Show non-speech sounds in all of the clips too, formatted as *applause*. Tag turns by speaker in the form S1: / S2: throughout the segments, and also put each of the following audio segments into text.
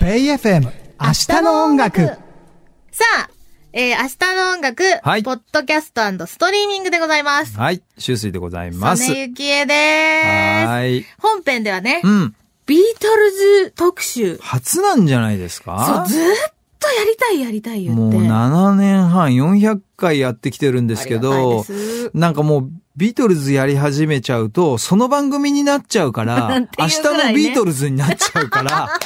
S1: ベイ FM 明日の音楽
S2: さあ、えー、明日の音楽、
S3: はい
S2: ポッドキャストストリーミングでございます。
S3: はい、秋水でござい
S2: ま
S3: ます。
S2: す。ゆきえで
S3: はー
S2: ーす。
S3: い。
S2: 本編ではね、
S3: うん。
S2: ビートルズ特集。
S3: 初なんじゃないです
S2: そ
S3: か
S2: う、ずーっとやりたいやりたい言
S3: も
S2: っ
S3: う
S2: て。
S3: 7年半400回やってきてるんですけど
S2: ありが、たいです
S3: なんかもうビートルズやり始めちゃうと、その番組になっちゃうか
S2: っ *laughs*
S3: ら、
S2: ていう
S3: 明
S2: ぐら
S3: 日
S2: いね
S3: のビートルズになっちゃうから、 *laughs*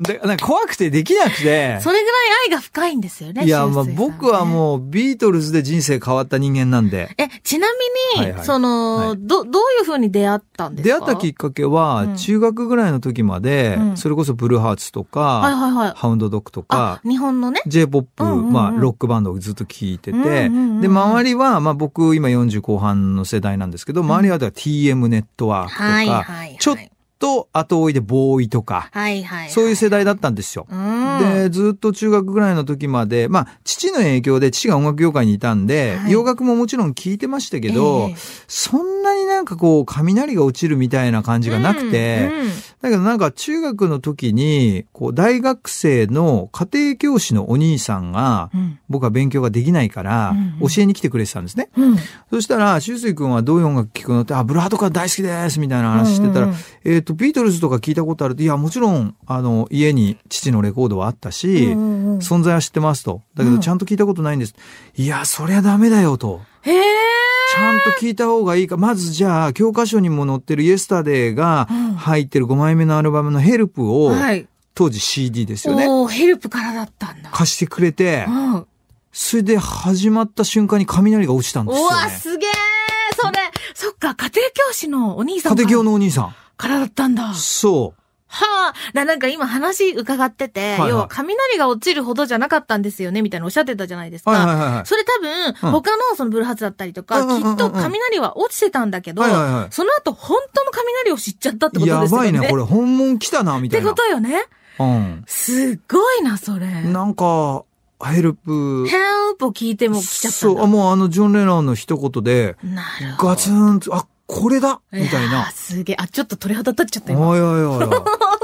S3: でなんか怖くてできなくて、
S2: それぐらい愛が深いんですよね。
S3: いや、
S2: しゅうす
S3: まあ
S2: いさんね
S3: 僕はもうビートルズで人生変わった人間なんで、
S2: え、ちなみに、
S3: はいはい
S2: その、
S3: はい
S2: ど、どういう風に出会ったんです
S3: 出
S2: か
S3: 会ったきっかけ
S2: う
S3: は
S2: ん
S3: 中学ぐらいの時まで、
S2: うん
S3: それこそブルーハーツとか、
S2: はいはいはい。
S3: ハウンドドッグと
S2: あ
S3: か、、
S2: 日本のね。
S3: J-POP、
S2: うんうんうん
S3: まあ、ロックバンドをずっと聴いてて、
S2: うんうんうん
S3: で、周りは、まあ僕、今40後半の世代なんですけど、周りはだから TM ネットワークとか、
S2: はいはいはい。
S3: ちょっと後追いでボーイとか、
S2: はいはいはい。
S3: そういう世代だったんですよ。
S2: うん。
S3: で、ずっと中学ぐらいの時まで、まあ、父の影響で父が音楽業界にいたんで、
S2: はい
S3: 洋楽ももちろん聴いてましたけど、
S2: ええ
S3: そんなになんかこう、雷が落ちるみたいな感じがなくて、
S2: うんうん
S3: だけどなんか中学の時に、こう大学生の家庭教師のお兄さんが、
S2: うん
S3: 僕は勉強ができないから
S2: うん、うん
S3: 教えに来てくれてたんですね。
S2: うん
S3: そしたら、修水くんはどういう音楽聴くのって、あ、ブルーハートから大好きですみたいな話してたら、
S2: うんうん
S3: えっ、と、ビートルズとか聞いたことあるって、いや、もちろん、あの、家に父のレコードはあったし、
S2: うんうんうん
S3: 存在は知ってますと。だけ
S2: う
S3: ど、
S2: ん
S3: ちゃんと聞いたことないんです。いや、そりゃダメだよと。
S2: へえ。
S3: ちゃんと聞いた方がいいか。まずじゃあ、教科書にも載ってるイエスタデーが
S2: うん
S3: 入ってる5枚目のアルバムのヘルプを、
S2: はい。
S3: 当時 CD ですよね。
S2: おーヘルプからだったんだ。
S3: 貸してくれて
S2: う、ん。う
S3: それで始まった瞬間に雷が落ちたんですよ、ね。
S2: わ、すげえそれ、そっか、家庭教師のお兄さん
S3: 家
S2: から
S3: 庭教のお兄さ
S2: からだったんだ
S3: ん。。そう。
S2: はあ、ななんか今話伺ってて、
S3: いはい
S2: 要は雷が落ちるほどじゃなかったんですよね、みたいなおっしゃってたじゃないですか。
S3: はいはいはいはい
S2: それ多分、他のそのブルーハーツだったりとか、
S3: うんうんうんうん
S2: きっと雷は落ちてたんだけど、
S3: はいはいはい
S2: その後本当の雷を知っちゃったってことですよ
S3: や
S2: ね。
S3: ばいね、こ
S2: っ
S3: れ。本物来たな、みた
S2: て
S3: いな。
S2: ことよね。
S3: うん。
S2: すごいな、それ。ヘ
S3: なんか、ヘルプ。
S2: ルプを聞いても来ちゃったん
S3: そう、あ、
S2: だ。
S3: もうあの、ジョン・レノンの一言で、
S2: なるほど。
S3: ガツンと、あ、これだみたい
S2: や
S3: な
S2: ー。すげえ。あ、ちょっと鳥肌立っちゃった今。
S3: おいおいおいおい。
S2: *laughs*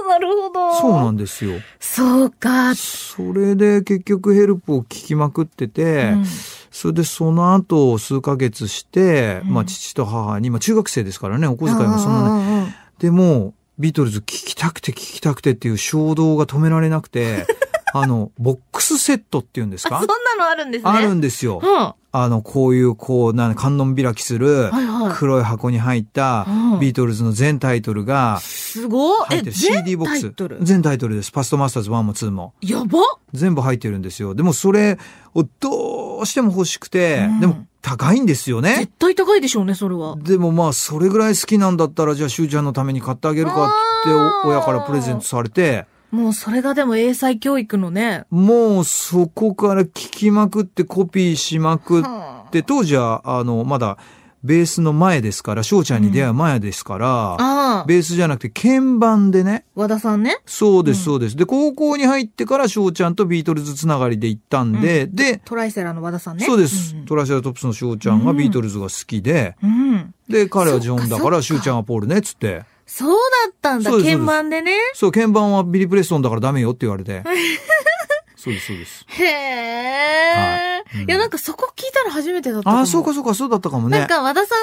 S2: なるほど。
S3: そうなんんですよ。
S2: そうか。
S3: それで結局ヘルプを聞きまくってて、
S2: うん
S3: それでその後数ヶ月して、
S2: うん
S3: まあ父と母に、まあ中学生ですからね、お小遣いもそんな
S2: う
S3: ね。
S2: んうんうんうん
S3: でも、ビートルズ聞きたくて聞きたくてっていう衝動が止められなく
S2: *laughs*
S3: て、あの、ボックスセットっていうんです
S2: あ、
S3: か
S2: そんなのあるんですね。
S3: あるんですよ
S2: う。ん。は
S3: あの、こういう、こう、なん観音開きする
S2: い、はい。
S3: 黒い箱に入った
S2: うん
S3: ビートルズの全タイトルが
S2: すごい。
S3: 入っ
S2: え
S3: て、る
S2: 全
S3: CD ボッ
S2: タ
S3: ク
S2: イ
S3: ス
S2: トル。。
S3: 全タイトルです。パストマスターズ1も2も。
S2: やば
S3: 全部入ってるんですよ。でもそれをどうしても欲しくて、
S2: うん
S3: でも高いんですよね
S2: 絶。対高いでしょうね、それは。
S3: でもまあそれぐらい好きなんだったらじゃあしゅうちゃんのために買ってあげるかって言って
S2: あー
S3: お親からプレゼントされて、
S2: もうそれがでも英才教育のね。
S3: もうそこから聞きまくってコピーしまくっ
S2: はあ
S3: て、当時はあのまだベースの前ですから、しょうちゃんに出会う前ですから、
S2: ああ。
S3: ベースじゃなくて鍵盤でね、
S2: 和田さんね。
S3: そうで
S2: うん
S3: す、そうです。で、高校に入ってからしょうちゃんとビートルズつながりで行ったんで、で、
S2: トライセラの和田さんね。
S3: そうです。
S2: ん
S3: トラシェラトプスのしおちゃんがビートルズが好きで、
S2: うん。
S3: で、彼はジョンだ
S2: そっ
S3: か、
S2: から
S3: しおちゃんはポールね、っつって。
S2: そうだったんだ。
S3: そうです
S2: 鍵盤でね。
S3: そう、鍵盤はビリー・プレストンだからダメよって言われ
S2: *laughs*
S3: て。そうです、そうです。
S2: へえ。
S3: はいうん
S2: いや、なんかそこ聞いたの初めてだったかも。
S3: ああ、そうか、そうか、そうだったかもね。
S2: なんか和田さ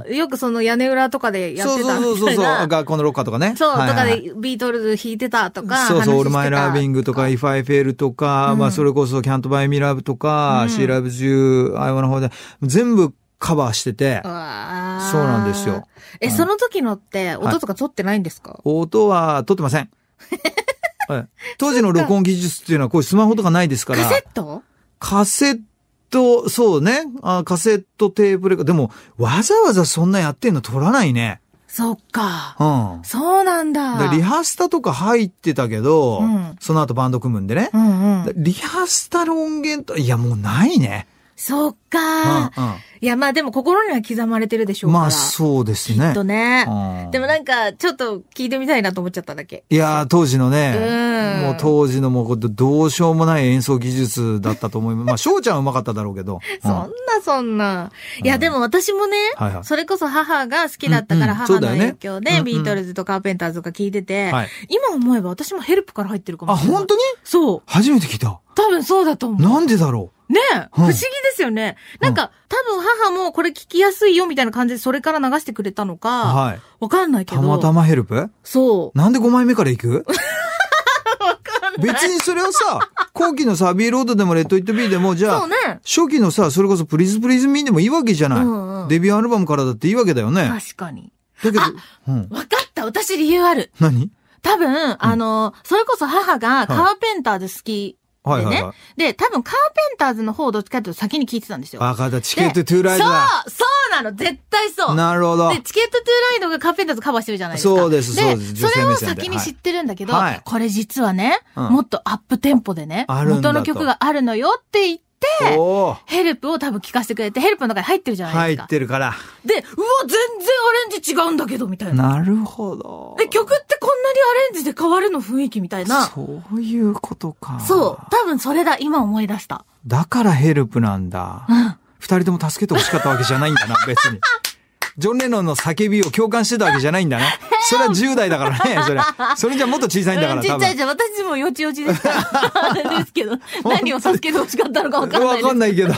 S2: んと、よくその屋根裏とかでやっ
S3: そう
S2: てたみたい
S3: そう
S2: な。
S3: そうそう、学校のロッカーとかね。
S2: そう、
S3: はい
S2: と
S3: は
S2: か
S3: いはい
S2: でビートルズ弾いてたとか。
S3: そうそう、オールマイラ
S2: 話してた
S3: ビングとか、イファイフェルとか、
S2: うん
S3: まあそれこそキャントバイミラブとか、
S2: うん
S3: シーラブジュー、アイワナホーで、全部カバーしてて
S2: う、わー
S3: そうなんですよ。
S2: え、
S3: うん
S2: その時のって、音とか撮ってないんですか、
S3: 音は取ってま
S2: *laughs*
S3: せん。はい当時の録音技術っていうのはこういうスマホとかないですから。
S2: カセット
S3: カセット、そうね。あカセットテーブレか。でも、わざわざそんなやってんの取らないね。
S2: そっか。
S3: うん。
S2: そうなんだ。
S3: でリハスタとか入ってたけど、
S2: うん
S3: その後バンド組むんでね
S2: う。んうん
S3: で。リハスタの音源と、いやもうないね。
S2: そっか。
S3: う
S2: いや、まあでも心には刻まれてるでしょ
S3: んう、
S2: うんから。
S3: まあそうです
S2: き
S3: ね
S2: っと。ね。
S3: うん
S2: でもなんか、ちょっと聞いてみたいなと思っちゃっただけ。
S3: いやー、当時のね、
S2: うん
S3: もう当時のもうこうどうしようもない演奏技術だったと思い
S2: *laughs*
S3: ます。まあ、翔ちゃんはうまかっただろうけど。
S2: そん
S3: う
S2: なんそんな。いや、
S3: うん
S2: でも私もね、
S3: はいはい
S2: それこそ母が好きだったから
S3: うんうん
S2: 母
S3: そ
S2: の
S3: うだよ
S2: 影
S3: ね
S2: 響
S3: うん
S2: で
S3: うん
S2: ビートルズとカーペンターズとか聞いてて、
S3: はい
S2: 今思えば私もヘルプから入ってるかも
S3: あ、
S2: しれない。
S3: 本当に
S2: そう。
S3: 初めて聞いた。
S2: 多分そうだと思う。
S3: なんでだろ
S2: ねえ、不
S3: うん
S2: 思議ですよね。なんか、多分母もこれ聞きやすいよみたいな感じでそれから流してくれたのか、
S3: う
S2: わ、
S3: はい。
S2: かんないけ
S3: た
S2: ど。
S3: またまヘルプ
S2: そう。
S3: なんで5枚目から行く
S2: *laughs* わかんない。
S3: 別にそれをさ、後期のさ、ビーロードでもレッド・イット・ビーでも、じゃあ、
S2: そうね。
S3: 初期のさ、それこそプリズ・プリズ・ミンでもいいわけじゃない、
S2: うんうん
S3: デビューアルバムからだっていいわけだよね。だ
S2: 確かに。
S3: けど
S2: あ、
S3: うん。
S2: わかった私理由ある。
S3: 何
S2: 多分、あの、それこそ母がカーペンターズ好き
S3: はいはい
S2: で
S3: は
S2: ね
S3: い。
S2: で、多分カーペンターズの方をどっちかというと先に聞いてたんですよ。
S3: あ、かった。チケット・トゥ・ーライドだ。
S2: そうそうなの絶対そう
S3: なるほど。
S2: で、チケットトゥーライドがカーペンターズカバーしてるじゃないですか。
S3: そうですそうです女
S2: それ
S3: 性目
S2: を
S3: 線で
S2: 先に知ってるんだけど、
S3: はいはい
S2: これ実はね、
S3: うん
S2: もっとアップテンポでね、
S3: あるんだと
S2: 元の曲があるのよって言って、
S3: おー
S2: ヘルプを多分聞かせてくれて、ヘルプの中に入ってるじゃない
S3: 入
S2: ですか。
S3: ってるから。
S2: で、うわ、全然アレンジ違うんだけど、みたいな。
S3: なるほど。
S2: え、曲ってこんなにアレンジで変わるの雰囲気みたいな。
S3: そういうことか。
S2: そう。多分それだ、今思い出した。
S3: だからヘルプなんだ。
S2: うん。
S3: 二人とも助けて欲しかったわけじゃないんだ
S2: *laughs*
S3: な、別に。ジョン・レノンの叫びを共感してたわけじゃないん
S2: *laughs*
S3: だな。それは10代だからね、それ。それじゃもっと小さいんだか
S2: う
S3: ら、
S2: ん、ち
S3: 多
S2: っちゃい
S3: 分。
S2: じゃん。私もよちよちですから。あれです
S3: *laughs*
S2: けど。何を助けて欲しかったのかわかんない
S3: わ
S2: です
S3: かん。ないけど、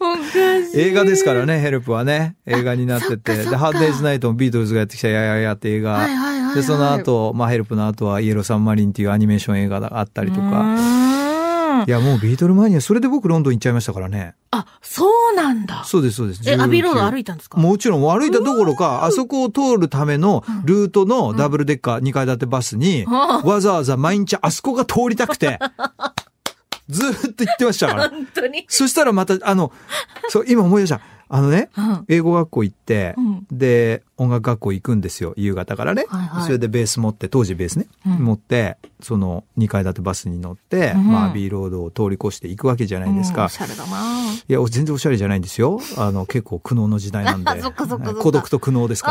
S2: おかしい。
S3: 映画ですからね、ヘルプはね。映画になって
S2: あそ
S3: て。
S2: っかそっ
S3: で、
S2: か
S3: ハードデイズナイトもビートルズがやってきた、やややって映
S2: は
S3: 画
S2: いはいはいは。い
S3: で、その後、まあヘルプの後は、イエロー・サンマリンっていうアニメーション映画があったりと
S2: う
S3: か。
S2: ー *laughs* ん
S3: いや、もうビートルマニア、それで僕ロンドン行っちゃいましたからね。
S2: あ、そうなんだ。
S3: そうです、そうです。
S2: え、アビーロード
S3: 19
S2: 歩いたんですか
S3: もちろん歩いたどころか、あそこを通るためのルートのダブルデッカー2階建てバスに、わざわざ毎日あそこが通りたく
S2: *laughs*
S3: て、ずーっと行ってましたから。
S2: 本当に。
S3: そしたらまた、あの、そう、今思い出した。あのね、
S2: うん。はい
S3: 英語学校行って、
S2: うん
S3: で、音楽学校行くんですよ、夕方からね。
S2: はいはい
S3: それでベース持って、当時ベースね、
S2: うん
S3: 持って、その2階建てバスに乗って、
S2: うん
S3: まあ、アビーロードを通り越して行くわけじゃないですか。
S2: おしゃれだない
S3: や、全然おしゃれじゃないんですよ。あの、結構苦悩の時代なんで。
S2: *laughs* そっかそっかそっか
S3: 孤独と苦悩ですか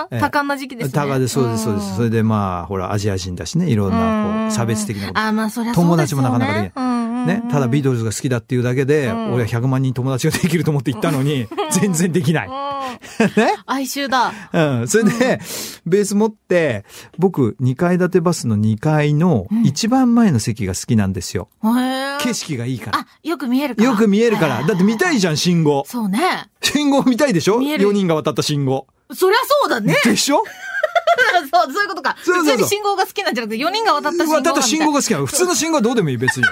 S2: あ
S3: ええ
S2: あ、多感な時期で
S3: ら。
S2: すね。
S3: たがで、そうです、そうです。それ
S2: で、
S3: でまあ、ほら、アジア人だしね、いろんな、こう、差別的なこと。
S2: あーまあ、そりゃそうですよね
S3: 友達もなかなかできね、ただビートルズが好きだっていうだけで、
S2: うん
S3: 俺は100万人友達ができると思って行ったのに、全然できない。 *laughs* ね
S2: 哀愁だ。
S3: うん。それで、ベース持って、僕、2階建てバスの2階の
S2: うん
S3: 一番前の席が好きなんですよ。
S2: へー
S3: 景色がいいか。
S2: あ、よく見えるからら。
S3: よく見えるか
S2: は
S3: ら。
S2: い
S3: だって見たいじゃん、信号。
S2: そうね。
S3: 信号見たいでしょ
S2: 見える
S3: ?4 人が渡った信号。
S2: そりゃそうだね。
S3: でしょ
S2: *laughs* そう、そういうことか。
S3: そうそうそう
S2: 普通に信号が好きなんじゃなくて、4人が渡った信号
S3: ま
S2: が
S3: あ
S2: み
S3: た
S2: た
S3: だ
S2: い
S3: 信号が好きなの。普通の信号はどうでもいい、別に。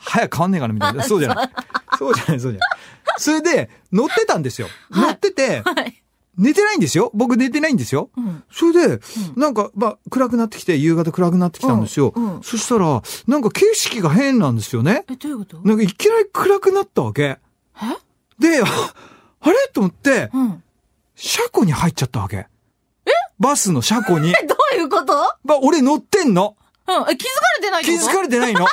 S3: 早く変わんねえかな、みたい
S2: *laughs*
S3: な。そうじゃない。そうじゃない、そうじゃない。それで、乗ってたんですよ。
S2: はい
S3: 乗ってて、
S2: はい。
S3: 寝てないんですよ。僕寝てないんですよ。
S2: うん。
S3: それで、なんか、まあ、暗くなってきて、夕方暗くなってきたんですよ。
S2: うんうん
S3: そしたら、なんか景色が変なんですよね。
S2: え、どういうこと
S3: なんかいきなり暗くなったわけ。
S2: え
S3: で、あ *laughs* あれと思って、
S2: うん。
S3: 車庫に入っちゃったわけ。えバスの車
S2: *laughs*
S3: 庫に。
S2: え、どういうこと
S3: まあ、俺乗ってんの。
S2: うん。え、気づかれてないって
S3: 気
S2: こと
S3: づかれてない
S2: *laughs*
S3: の。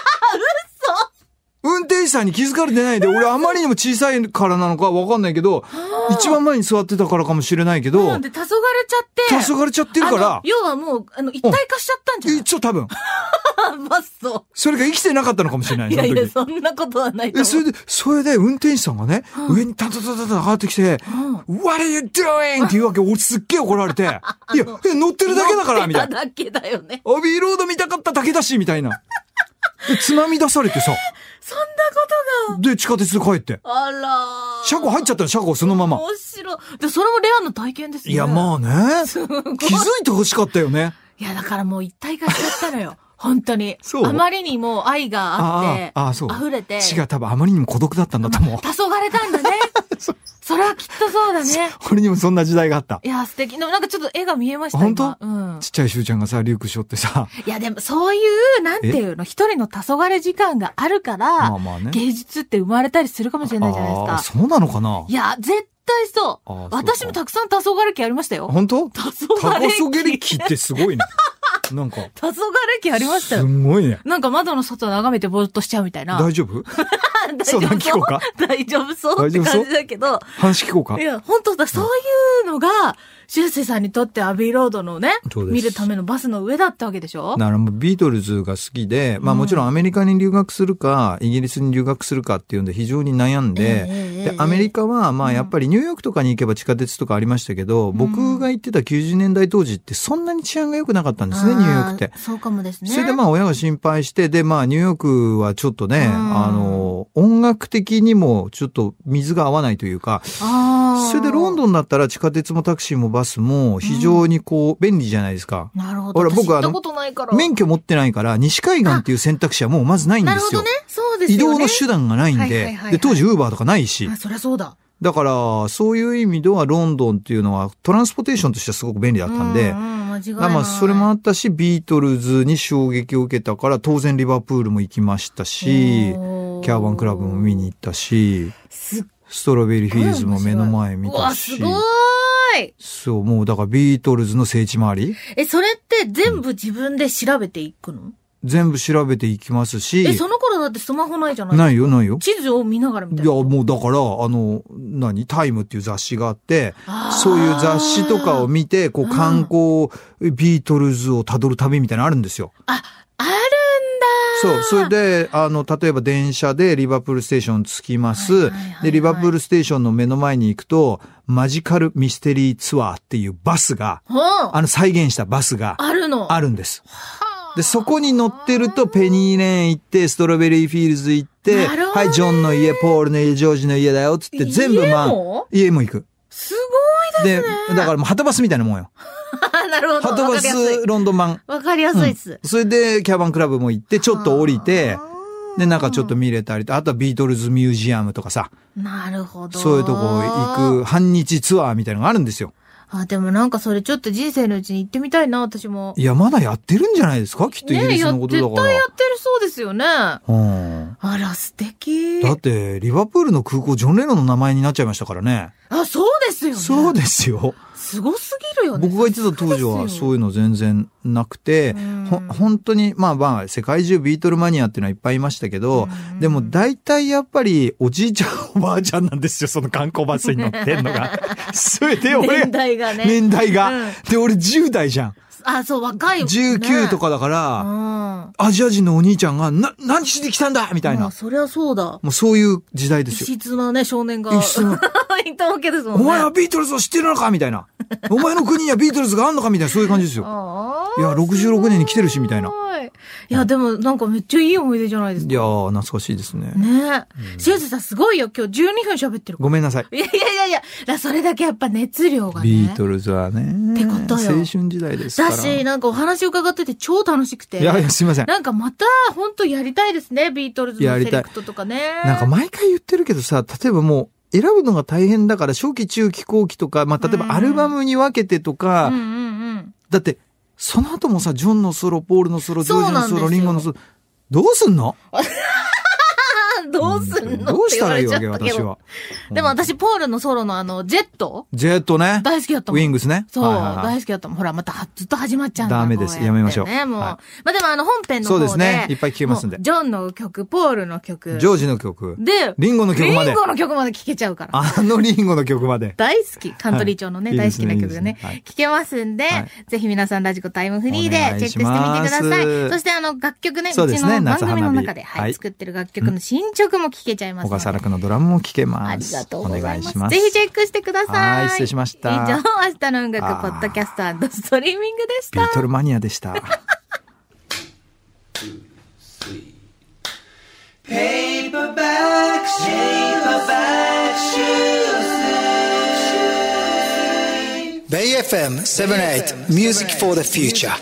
S3: 運転手さんに気づかれてないで、俺あまりにも小さいからなのかわかんないけど、一番前に座ってたからかもしれないけ
S2: な
S3: ど
S2: ん、で、黄昏れちゃって。
S3: 黄昏れちゃってるか
S2: あの
S3: ら、
S2: 要はもう、あの、一体化しちゃったんじゃない
S3: 一応多分、
S2: あ、まあ、そ
S3: それが生きてなかったのかもしれな
S2: う。
S3: い、
S2: い
S3: そ
S2: や
S3: の
S2: いや、
S3: 時。
S2: そんなことはないと
S3: え、
S2: 思。
S3: そうれで、それで運転手さんがね、上にタタタタタ上がってきて、What are you doing? って言うわけ、俺すっげえ怒られて、いや、え乗ってるだけだから、みたいな。
S2: だけだよね。
S3: アビーロード見たかっただけだし、みたいな。でつまみ出されてさ、
S2: そんなこと
S3: で、地下鉄で帰って。
S2: が。あらー。
S3: 車庫入っちゃったの、車庫そのまま。
S2: 面白い。で、それもレアな体験ですね。
S3: いや、まあね。気
S2: ごい
S3: づいて欲しかったよね。
S2: いや、だからもう一体化しちゃったのよ。本当に。
S3: そう
S2: あまりにも愛があって、
S3: ああ、そう。
S2: 溢れて。
S3: 違う、多分あまりにも孤独だったんだと思う
S2: 黄。昏たんだね。それはきっとそうだね。
S3: 俺にもそんな時代があった。
S2: いや、素敵。でもなんかちょっと絵が見えました
S3: 本当
S2: 今うん
S3: ち。っちゃいしゅうちゃんがさ、リュックしょってさ、
S2: いや、でもそういう、なんていうの、一人の黄昏時間があるから、
S3: まあまあね
S2: 芸術って生まれたりするかもしれないじゃない
S3: あー
S2: ですか。
S3: そうなのかない
S2: や、絶対そ
S3: あーそう
S2: う。
S3: か
S2: 私もたくさん黄昏期ありましたよ。
S3: 本当
S2: 黄
S3: タコソゲ
S2: 昏
S3: リ
S2: 期。 *laughs*
S3: キってすごいね。なんか、
S2: 黄昏期ありました
S3: す
S2: よ。
S3: んごいね。
S2: なんか窓の外眺めてぼーっとしちゃうみたいな。
S3: 大丈夫 *laughs*
S2: *laughs* 大
S3: そうなん聞こうか
S2: *laughs* 大丈夫そう
S3: 大
S2: っ
S3: 丈
S2: て
S3: 夫そう
S2: 感じだけど。
S3: 話聞こうか
S2: い。や、本当だ、そういうのが、修正さんにとってアビーロードのね、
S3: そうです
S2: 見るためのバスの上だったわけでしょ
S3: だからもうビートルズが好きで、まあもちろんアメリカに留学するか、イギリスに留学するかっていうんで非常に悩んで、で、アメリカは、まあやっぱりニューヨークとかに行けば地下鉄とかありましたけど、僕が行ってた90年代当時ってそんなに治安が良くなかったんですね、ニューヨークって
S2: あ。そうかもですね。
S3: それでまあ親が心配して、でまあニューヨークはちょっとね、
S2: うん
S3: あの、音楽的にもちょっと水が合わないというか、
S2: あー
S3: それでロンドンだったら地下鉄もタクシーもバスも非常にこう便利じゃないですか。
S2: なるほど。
S3: ほら
S2: 私
S3: 僕
S2: 行
S3: あ
S2: っ
S3: の
S2: たことないから。
S3: 免許持ってないから西海岸っていう選択肢はもうまずないんで
S2: なるほ
S3: す
S2: ど
S3: よ
S2: ね。。そうです
S3: 移
S2: よね。
S3: 動の手段がないん
S2: はいはいはい
S3: で
S2: は、い
S3: で当時ウーバーとかないし
S2: あ、、そりゃそうだ。
S3: だからそういう意味ではロンドンっていうのはトランスポテーションとしてはすごく便利だったんで
S2: う、ん、間違い
S3: ま
S2: な
S3: あ
S2: い。
S3: まあそれもあったし、ビートルズに衝撃を受けたから、当然リバプールも行きましたし、
S2: おー
S3: キャーバンクラブも見に行ったし、
S2: すっ
S3: ストロベリーフィールズも目の前見
S2: うわ、
S3: た
S2: す
S3: し、
S2: ごーい。
S3: そう、もうだからビートルズの聖地周り、
S2: え、それって全部自分で調べていくの
S3: 全部調べていきますし
S2: え、、その頃だってスマホないじゃない
S3: ないよないよ。
S2: 地図を見ながらみ
S3: い
S2: た
S3: や、
S2: いなこと。
S3: もうだから、あの、何タイムっていう雑誌があって、
S2: あー
S3: そういう雑誌とかを見て、こう
S2: うん
S3: 観光、ビートルズを辿る旅みたいなのあるんですよ。
S2: あ、あるんだ
S3: そう。それで、あの、例えば電車でリバプールステーション着きます。
S2: はいはいはいはい
S3: で、リバプールステーションの目の前に行くと、マジカルミステリーツアーっていうバスが、
S2: うんあ
S3: あの、再現したバスが
S2: るの。
S3: あ
S2: る。
S3: るんです。で、そこに乗ってると、ペニーレーン行って、ストロベリーフィールズ行って、
S2: なるほどね
S3: はい、ジョンの家、ポールの家、ジョージの家だよ、つって、全部まあ
S2: 家、も
S3: 家も行く。
S2: *laughs* す
S3: で、だからもう、ハトバスみたいなもんよ。
S2: ごい。なるほど。
S3: ハト
S2: わ
S3: バ
S2: かりやすい
S3: ス、。ロンドン版。
S2: わかりやすいっす。
S3: それで、キャバンクラブも行って、ちょっと降りて
S2: あ、ー
S3: で、なんかちょっと見れたりと、あとはビートルズミュージアムとかさ、
S2: なるほど。
S3: そういうとこ行く半日ツアーみたいなのがあるんですよ。
S2: あ、でもなんかそれちょっと人生のうちに行ってみたいな、私も。
S3: いや、まだやってるんじゃないですかきっとイギ
S2: ね
S3: リ
S2: え、
S3: ス
S2: や
S3: のことだ
S2: 絶
S3: から。
S2: 対やってるそうですよね。あ
S3: うん
S2: ら、素敵。
S3: だって、リバプールの空港、ジョン・レノンの名前になっちゃいましたからね。
S2: あ、そうですよね。
S3: そうですよ。
S2: すごすぎるよね。
S3: 僕が言ってた当時はそういうの全然なくて
S2: うん、
S3: ほ、本当に、まあまあ、世界中ビートルマニアっていうのはいっぱいいましたけど、でも大体やっぱりおじいちゃんおばあちゃんなんですよ、その観光バスに乗ってんの
S2: *laughs*
S3: が。それで俺
S2: 年
S3: が、
S2: 代がね。
S3: 年代が
S2: うん。
S3: で、俺10代じゃん。
S2: あ、そう、若い、ね。
S3: 19と。かだか
S2: う
S3: ら、
S2: ん。
S3: アジア人のお兄ちゃんが、な、何しに来たんだみたい
S2: ま
S3: な
S2: あ、。そりゃそうだ。
S3: もうそういう時代で
S2: 異
S3: すよ。
S2: 質なね、少年が。
S3: 異
S2: *laughs*
S3: 質な
S2: いたわけですもん
S3: お
S2: ね。
S3: 前はビートルズを知ってるのかみたいな。お前の国にはビートルズがあんのかみたいな、そういう感じですよ。
S2: あ
S3: い
S2: あ。
S3: や、66年に来てるし、みたいな。
S2: すごい。いや、でもなんかめっちゃいい思い出じゃないです
S3: い
S2: か。
S3: やー、懐かしいですね。
S2: ねえ。しゅうせいさんすごいよ。今日12分喋ってる。
S3: ごめんなさい。
S2: いやいやいやいや、だそれだけやっぱ熱量がね。
S3: ビートルズはね。
S2: ってことよ
S3: 青春時代ですから。
S2: だし、なんかお話伺ってて超楽しくて。
S3: いやいや、すいま *laughs* せん。
S2: なんかまた、本当やりたいですね。ビートルズの
S3: やり
S2: セ
S3: たい
S2: レクトとかね。
S3: なんか毎回言ってるけどさ、例えばもう、選ぶのが大変だから、初期、中期、後期とか、まあ、例え
S2: うん
S3: ばアルバムに分けてと
S2: うん
S3: か、
S2: うん
S3: だって、その後もさ、ジョンのソロ、ポールのソロ、ジョージの
S2: そうなんです
S3: ソ
S2: よ
S3: ロ、リンゴのソロ、どうすんの
S2: うん。どうすんの
S3: どう
S2: って
S3: し
S2: 言
S3: た
S2: わ
S3: らい
S2: れ
S3: い
S2: ちゃ
S3: わ
S2: っ
S3: け
S2: たけ
S3: 私
S2: ど
S3: は。。
S2: でも私、ポールのソロのあの、ジェット
S3: ジェットね。
S2: 大好きだった
S3: ウ
S2: もん。
S3: ィングスね。
S2: そう、
S3: はいはいはい
S2: 大好きだったもん。ほら、または、ずっと始まっちゃうんだ
S3: ダメです
S2: こうって
S3: やめましょう
S2: ね、もう。
S3: は
S2: まあ、でもあの、本編の
S3: そ
S2: 方
S3: う
S2: で。
S3: ですね。いっぱい聴けますんで
S2: もう。ジョンの曲、ポールの曲。
S3: ジョージの曲。
S2: で、
S3: リンゴの曲ま
S2: リ
S3: で
S2: ン。ゴの曲まで聴けちゃうから。
S3: あのリンゴの曲ま
S2: *laughs*
S3: で。
S2: 大好き。カントリー調のね、
S3: はい
S2: 大好きない
S3: い
S2: 曲
S3: です
S2: が
S3: ねいい
S2: ね
S3: ですねはい、
S2: 聴けますんで、
S3: はい
S2: ぜひ皆さんラジコタイムフリーで
S3: お願い
S2: チェックしてみてください。
S3: します
S2: そしてあの、楽曲ね、
S3: そう
S2: う
S3: で
S2: ち
S3: すね
S2: の番組
S3: 夏
S2: の
S3: 花火
S2: 中で、はい
S3: はい
S2: 作ってる楽曲の進捗も聴けちゃいます
S3: 小
S2: ので。
S3: 笠原くんのドラムも聴けます。
S2: ありがとうござい
S3: お
S2: ます。
S3: 願いします。
S2: ぜひチェックしてください。
S3: はい失礼しました
S2: 以上、明日の音楽、ポッドキャストストリーミングでした
S3: ビ。ートルマニアでした。
S4: Bay FM 78 Music for the future.